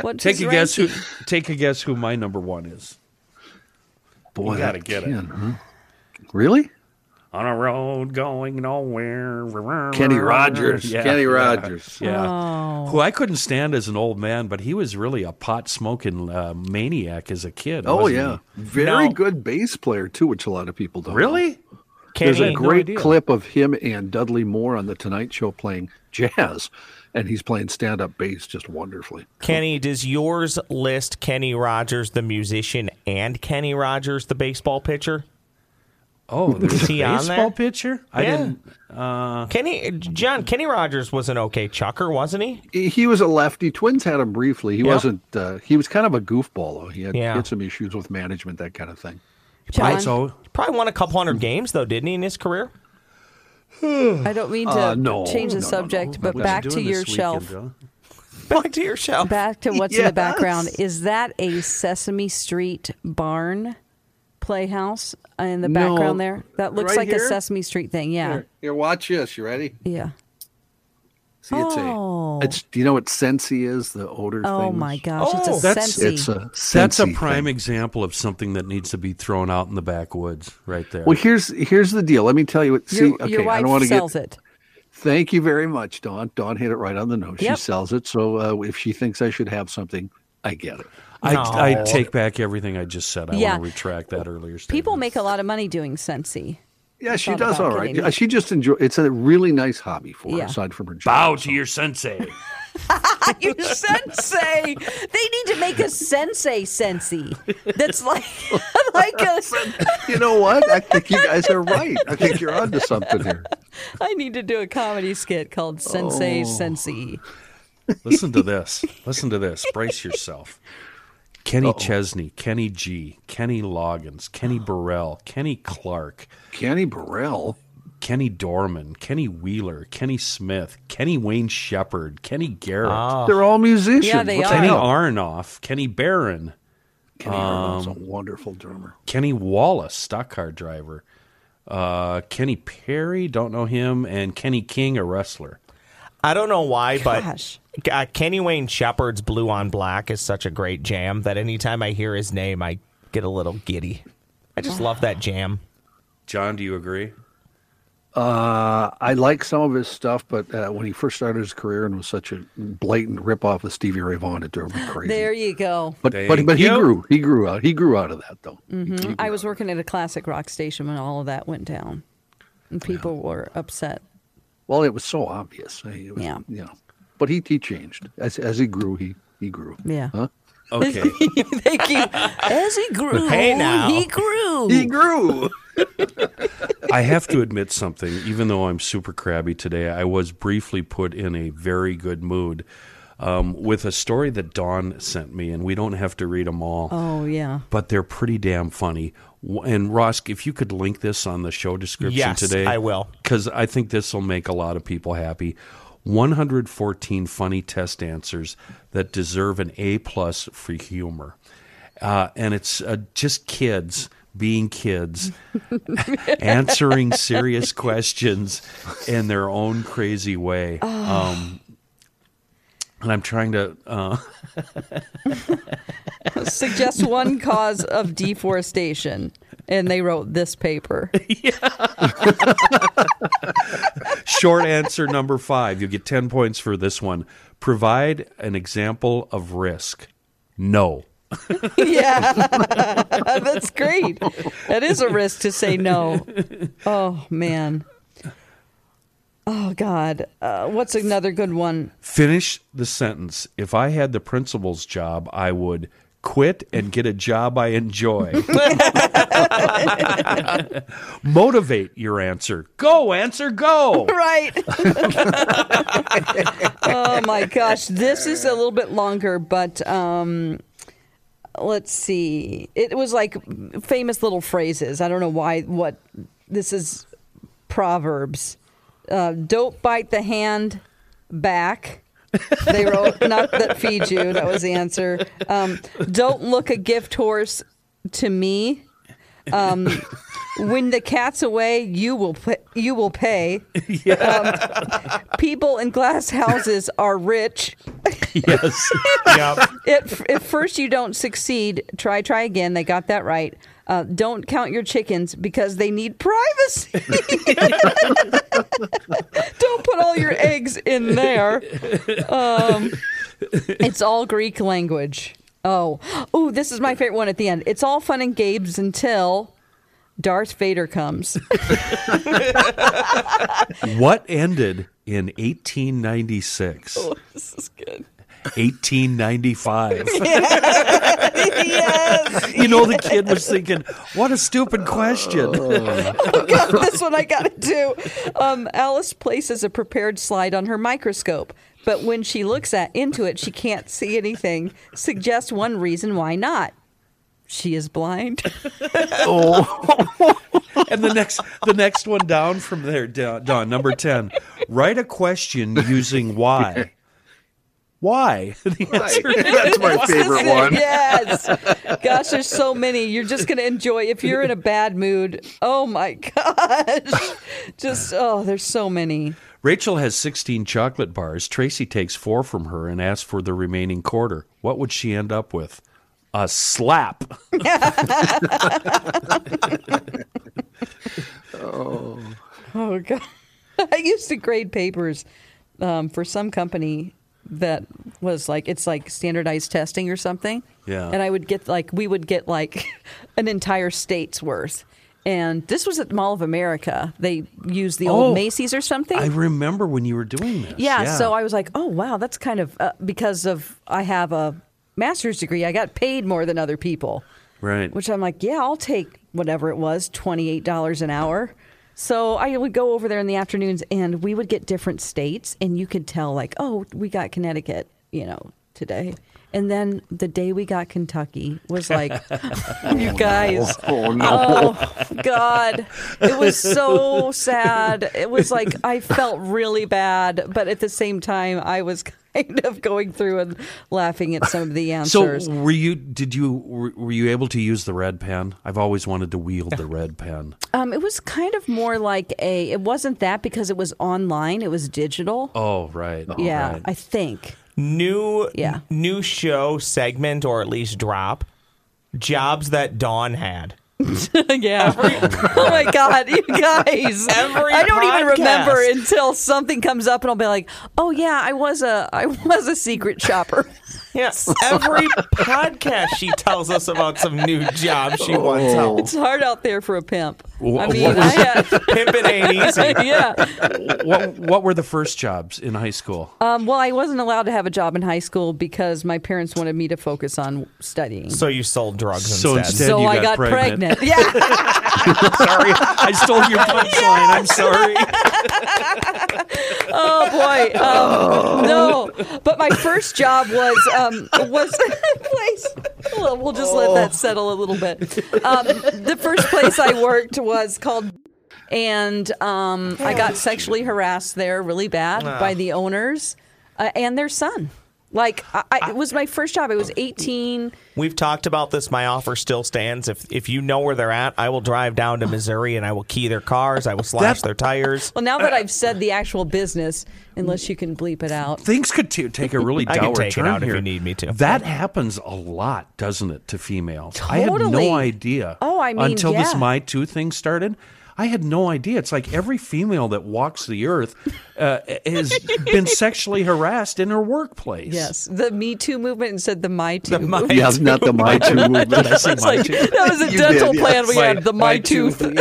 What's
Take
his
a guess who.
ranking?
Take a guess who my number one is.
Boy,
You gotta
that
get it.
Ken, huh? Really?
On a road going nowhere.
Kenny Rogers.
Yeah.
Kenny Rogers.
Yeah.
Oh,
Who I couldn't stand as an old man, but he was really a pot smoking uh, maniac as a kid.
Oh
wasn't
yeah,
he?
very
No.
good bass player too, which a lot of people don't. know.
Really?
There's a
Kenny,
great
idea.
clip of him and Dudley Moore on the Tonight Show playing jazz, and he's playing stand-up bass just wonderfully.
Kenny, does yours list Kenny Rogers, the musician, and Kenny Rogers, the baseball pitcher?
Oh, there's a
he on
baseball
there?
pitcher. I
Yeah.
didn't.
Kenny John Kenny Rogers was an okay chucker, wasn't he?
He he was a lefty. Twins had him briefly. He
Yeah.
wasn't. Uh, he was kind of a goofball though. He had, he
Yeah.
had some issues with management, that kind of thing.
John,
So
Probably won a couple hundred games though, didn't he in his career?
I don't mean to
Uh, no,
change the
no, no, no.
subject,
What
but back to your shelf.
Back to your show.
back to what's in the background.
Yes.
Is that a Sesame Street barn playhouse in the
No.
background there? That looks
Right
like a
here?
Sesame Street thing. Yeah.
Here, here, watch this. You ready?
Yeah.
See, it's
Oh.
a. It's do you know what Scentsy is? The odor.
Oh
things?
my gosh.
Oh,
it's a
that's-
Scentsy.
It's a.
That's a
Scentsy
prime
thing.
example of something that needs to be thrown out in the backwoods, right there.
Well, here's here's the deal. Let me tell you what. See,
your,
okay,
your
I
wife
don't want to get
sells it.
Thank you very much, Dawn. Dawn hit it right on the nose.
Yep.
She sells it. So uh, if she thinks I should have something, I get it.
I, I take back everything I just said. I
Yeah.
want to retract that earlier. Statement.
People make a lot of money doing Scentsy.
Yeah, she
not
does
about
all right.
getting-
She just enjoy. It's a really nice hobby for her,
Yeah.
aside from her job.
bow to your sensei.
You sensei. They need to make a sensei sensei. That's like like a.
You know what? I think you guys are right. I think you're onto something here.
I need to do a comedy skit called
Oh.
Sensei Sensei.
Listen to this. Listen to this. Brace yourself. Kenny Chesney, Kenny G, Kenny Loggins, Kenny Burrell, Kenny Clark,
Kenny Burrell.
Kenny Dorman, Kenny Wheeler, Kenny Smith, Kenny Wayne Shepherd, Kenny Garrett,
They're all musicians.
Ah. Yeah, they
What
are.
the
Kenny
hell?
Aronoff, Kenny Barron,
Kenny Burrell's
um,
a wonderful drummer.
Kenny Wallace, stock car driver, uh, Kenny Perry, don't know him, and Kenny King, a wrestler.
I don't know why,
Gosh.
but uh, Kenny Wayne Shepherd's "Blue on Black" is such a great jam that anytime I hear his name, I get a little giddy. I just love that jam.
John, do you agree?
Uh, I like some of his stuff, but uh, when he first started his career and was such a blatant ripoff of Stevie Ray Vaughan, it drove me crazy.
There you go.
but but,
Thank
but he
you.
grew he grew out he grew out of that though.
Mm-hmm. I was working at a classic rock station when all of that went down, and people were upset.
Well, it was so obvious. It was,
Yeah.
You know, but he he changed as as he grew. He he grew.
Yeah.
Huh?
Okay.
they keep, as he grew,
Hey, now.
he grew.
He grew.
I have to admit something. Even though I'm super crabby today, I was briefly put in a very good mood um, with a story that Dawn sent me, and we don't have to read them all,
oh yeah.
Uh-huh.
but they're pretty damn funny. W- And Rosk, if you could link this on the show description
Yes,
today,
I will.
because I think this will make a lot of people happy. 114 funny test answers that deserve an A plus for humor, uh, and it's uh, just kids being kids, answering serious questions in their own crazy way.
Ah.
Um, and I'm trying to. Uh,
Suggest one cause of deforestation, and they wrote this paper.
Short answer number five. You get 10 points for this one. Provide an example of risk. No.
yeah, that's great. That is a risk to say no. Oh man. Oh God. Uh, what's another good one?
Finish the sentence. If I had the principal's job, I would quit and get a job I enjoy. Motivate your answer. Go, answer, go.
Right. oh my gosh, this is a little bit longer, but um, let's see. It was like famous little phrases. I don't know why. What this is proverbs. Uh, don't bite the hand back. They wrote not that feeds you. That was the answer. Um, don't look a gift horse to me. Um, when the cat's away, you will pay, you will pay people in glass houses are rich.
Yes.
Yep.
If, if first you don't succeed, try, try again. They got that right. Uh, don't count your chickens because they need privacy. don't put all your eggs in there. Um, it's all Greek language. Oh, ooh, this is my favorite one at the end. It's all fun and games until Darth Vader comes.
What ended in 1896?
this is good.
1895.
yes.
You know, the kid was thinking, what a stupid question.
God, this one I got to do. Um, Alice places a prepared slide on her microscope, but when she looks at into it, she can't see anything. Suggest one reason why not. She is blind.
And the next, the next one down from there, down, down number ten. Write a question using why. Why?
That's my favorite one.
yes. Gosh, there's so many. You're just going to enjoy if you're in a bad mood. Oh my gosh. Just oh, there's so many.
Rachel has sixteen chocolate bars. Tracy takes four from her and asks for the remaining quarter. What would she end up with? A slap.
Oh god. I used to grade papers um, for some company that was like it's like standardized testing or something.
Yeah.
And I would get like we would get like an entire state's worth. And this was at Mall of America. They used the
Oh,
old Macy's or something.
I remember when you were doing this.
yeah, So I was like, oh wow, that's kind of uh, because of I have a master's degree. I got paid more than other people.
right.
Which I'm like, yeah, I'll take whatever it was, $28 an hour. So I would go over there in the afternoons and we would get different states and you could tell like, oh, we got Connecticut, you know, today. And then the day we got Kentucky was like, you guys,
Oh no!
oh God, it was so sad. It was like I felt really bad, but at the same time, I was kind of going through and laughing at some of the
so
answers.
were you? Did you? Were, were you able to use the red pen? I've always wanted to wield the red pen.
Um, it was kind of more like a. It wasn't that because it was online. It was digital.
Oh right.
yeah,
Right.
I think.
new
Yeah.
new show segment or at least drop jobs that Dawn had.
yeah. oh my god, you guys!
Every
I don't even
podcast.
remember until something comes up, and I'll be like, "Oh yeah, I was a I was a secret shopper."
Yes, every podcast she tells us about some new job she
Oh.
once held.
it's hard out there for a pimp. I
Wha-
mean,
what
I had,
Pimpin' ain't easy.
yeah.
what What were the first jobs in high school?
Um, well, I wasn't allowed to have a job in high school because my parents wanted me to focus on studying.
So you sold drugs
So
instead.
instead-
so
you
I
got
got
pregnant.
pregnant. Yeah.
sorry, I stole your punchline. I'm sorry.
Oh boy, um, no! But my first job was um, was place. Well, we'll just let that settle a little bit. Um, the first place I worked was called, and um, I got sexually harassed there really bad by the owners uh, and their son. Like I, I, it was my first job. I was eighteen.
We've talked about this. My offer still stands. If if you know where they're at, I will drive down to Missouri and I will key their cars. I will slash their tires.
Well, now that I've said the actual business, unless you can bleep it out.
Things could t- take a really
I can
dour
take it
turn
out if
here.
you need me to.
That happens a lot, doesn't it, to females? I had
Totally.
no idea.
Oh, I mean,
until this
yeah.
my two thing started. I had no idea. It's like every female that walks the earth uh, has been sexually harassed in her workplace.
Yes, the Me Too movement and said the My Too.
My-
Yeah, not the my two movement.
I say my two?
That was a
You
dental
did,
plan
yes.
we
My-
had. The my,
my
tooth.
tooth,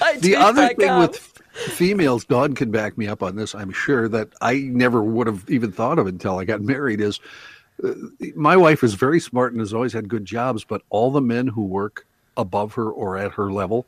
My
the
tooth
other
back
thing
up.
with f- females, Dawn can back me up on this, I'm sure, that I never would have even thought of until I got married is uh, my wife is very smart and has always had good jobs, but all the men who work above her or at her level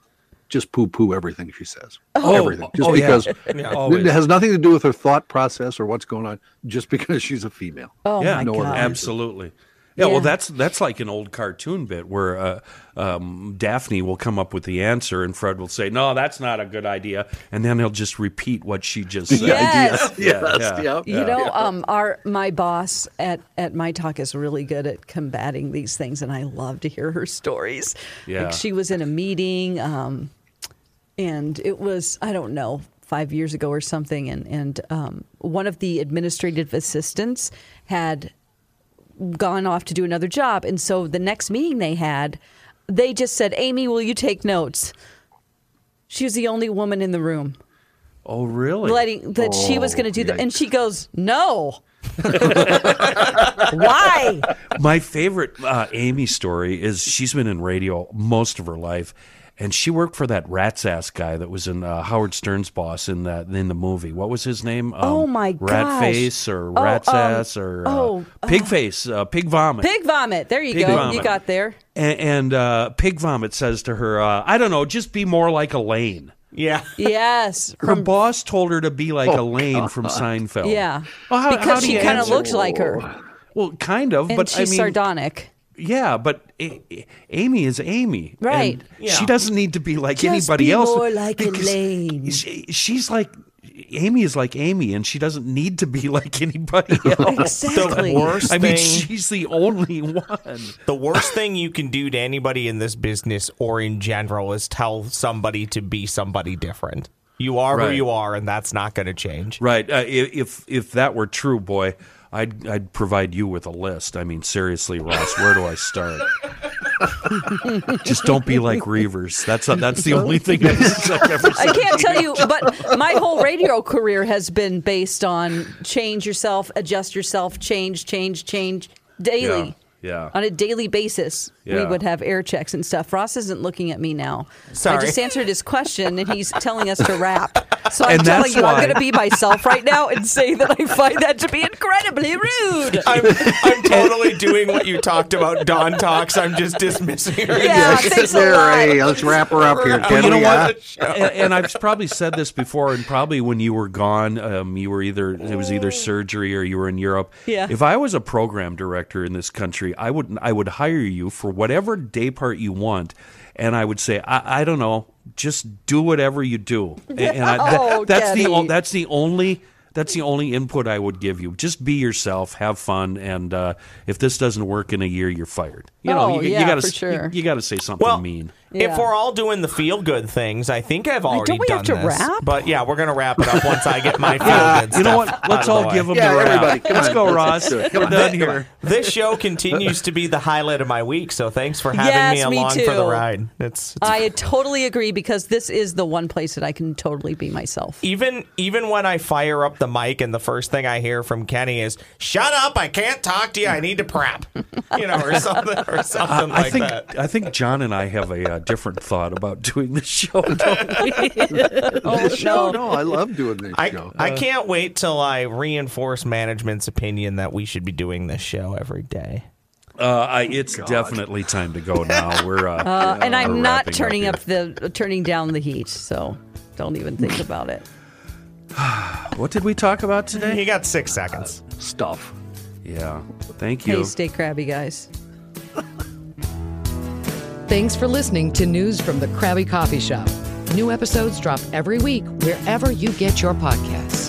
just poo poo everything she says.
Oh,
everything. Just
oh, yeah.
because
Yeah,
it
always.
has nothing to do with her thought process or what's going on, just because she's a female.
oh
yeah,
my
no,
god.
absolutely. Yeah,
Yeah.
well, that's that's like an old cartoon bit where uh, um, Daphne will come up with the answer, and Fred will say, "No, that's not a good idea," and then he'll just repeat what she just said.
Yes.
Yeah,
Yes,
yeah.
yep.
You know, um, our my boss at at my talk is really good at combating these things, and I love to hear her stories.
Yeah.
Like she was in a meeting, um, and it was I don't know five years ago or something, and and um, one of the administrative assistants had gone off to do another job, and so the next meeting they had, they just said, "Amy, will you take notes?" She was the only woman in the room
Oh, really?
letting that she
Oh,
was going to do that, and
yikes.
she goes, "No." Why?
My favorite uh, Amy story is she's been in radio most of her life, and she worked for that rat's ass guy that was in uh, Howard Stern's boss in that in the movie. What was his name? Um,
Oh, my
Rat
gosh.
face or
Oh,
rat's
um,
ass or uh,
oh,
pig face, uh, pig vomit.
Pig vomit. There you
Pig
go.
vomit.
You got there.
and, and uh, pig vomit says to her, uh, "I don't know, just be more like Elaine."
Yeah.
Yes.
Her boss told her to be like
Oh,
Elaine from Seinfeld.
Yeah.
Well, how- how
because
do
she
you
kind of
answer?
looks like her,
Well, kind of,
and
but I
she's
mean,
sardonic.
yeah, but A- A- Amy is Amy,
Right.
and
Yeah.
She doesn't need to be like
Just
anybody
be
else.
more like
because
Elaine.
She, she's like Amy is like Amy, and she doesn't need to be like anybody else.
Exactly.
The worst
I
thing.
mean, she's the only one.
The worst thing you can do to anybody in this business or in general is tell somebody to be somebody different. You are who
Right.
you are, and that's not going to change.
Right. Uh, i- if if that were true, boy, I'd I'd provide you with a list. I mean, seriously, Ross, where do I start? Just don't be like Reavers. That's that's the only thing that I've ever
I can't tell you, but my whole radio career has been based on change yourself, adjust yourself, change, change, change daily.
Yeah, yeah.
On a daily basis, we
Yeah.
would have air checks and stuff. Ross isn't looking at me now. I
Sorry.
just answered his question and he's telling us to wrap. So I'm
And
telling
that's
you, I'm
why-
going to be myself right now and say that I find that to be incredibly rude.
I'm, I'm totally doing what you talked about. Don talks. I'm just dismissing her.
Yeah, thanks a
there,
lot. Oh,
hey, let's wrap her up here.
Well,
Can
you know
we,
what?
uh,
and, and I've probably said this before, and probably when you were gone, um, you were either it was either surgery or you were in Europe.
Yeah.
If I was a program director in this country, I would I would hire you for whatever day part you want, and I would say I, I don't know, just do whatever you do. And, and I, that-
Oh,
that's the o-
Daddy.
that's the only. That's the only input I would give you. Just be yourself, have fun, and uh, if this doesn't work in a year, you're fired. You know,
Oh,
you,
yeah,
you gotta
for
s- you-
sure.
you, got to say something
Well,
mean.
Yeah.
if we're all doing the feel good things, I think I've already
we
done
have to
this.
wrap?
But yeah, we're gonna wrap it up once I get my feel good
You know what? Let's all give them
Yeah,
the wrap.
everybody, come
Let's
on.
go,
Let's-
Ross.
let's do it. Come
We're
on.
done here.
This show continues to be the highlight of my week, so thanks for having
Yes,
me
me
along for the
too. Uh,
ride. It's, it's
I totally agree because this is the one place that I can totally be myself.
even even when I fire up the mic and the first thing I hear from Kenny is "Shut up! I can't talk to you. I need to prep," you know, or something, or something like
I think
that.
I think John and I have a uh, different thought about doing the show.
Oh,
No, no, I love doing this
I,
show.
I
Uh,
can't wait till I reinforce management's opinion that we should be doing this show every day.
uh, I, it's definitely time to go now. We're uh,
Uh, and
we're
I'm not
wrapping
turning
here.
up the turning down the heat, so don't even think about it.
What did we talk about today?
You got six seconds.
Stuff.
Yeah. Thank you.
Hey, stay crabby, guys.
Thanks for listening to News from the Krabby Coffee Shop. New episodes drop every week wherever you get your podcasts.